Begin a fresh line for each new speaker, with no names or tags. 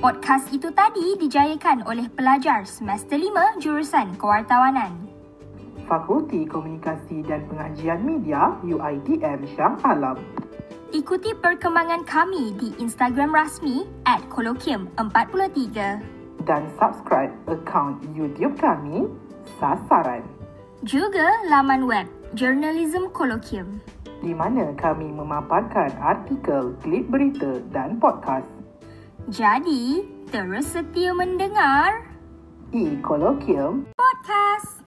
Podcast itu tadi dijayakan oleh pelajar semester 5 jurusan Kewartawanan.
Fakulti Komunikasi dan Pengajian Media UiTM Shah Alam.
Ikuti perkembangan kami di Instagram rasmi at Kolokium 43.
dan subscribe akaun YouTube kami Sasaran
Juga laman web Journalism Colloquium.
di mana kami memaparkan artikel, klip berita dan podcast.
Jadi, terus setia mendengar
E-Colloquium
podcast.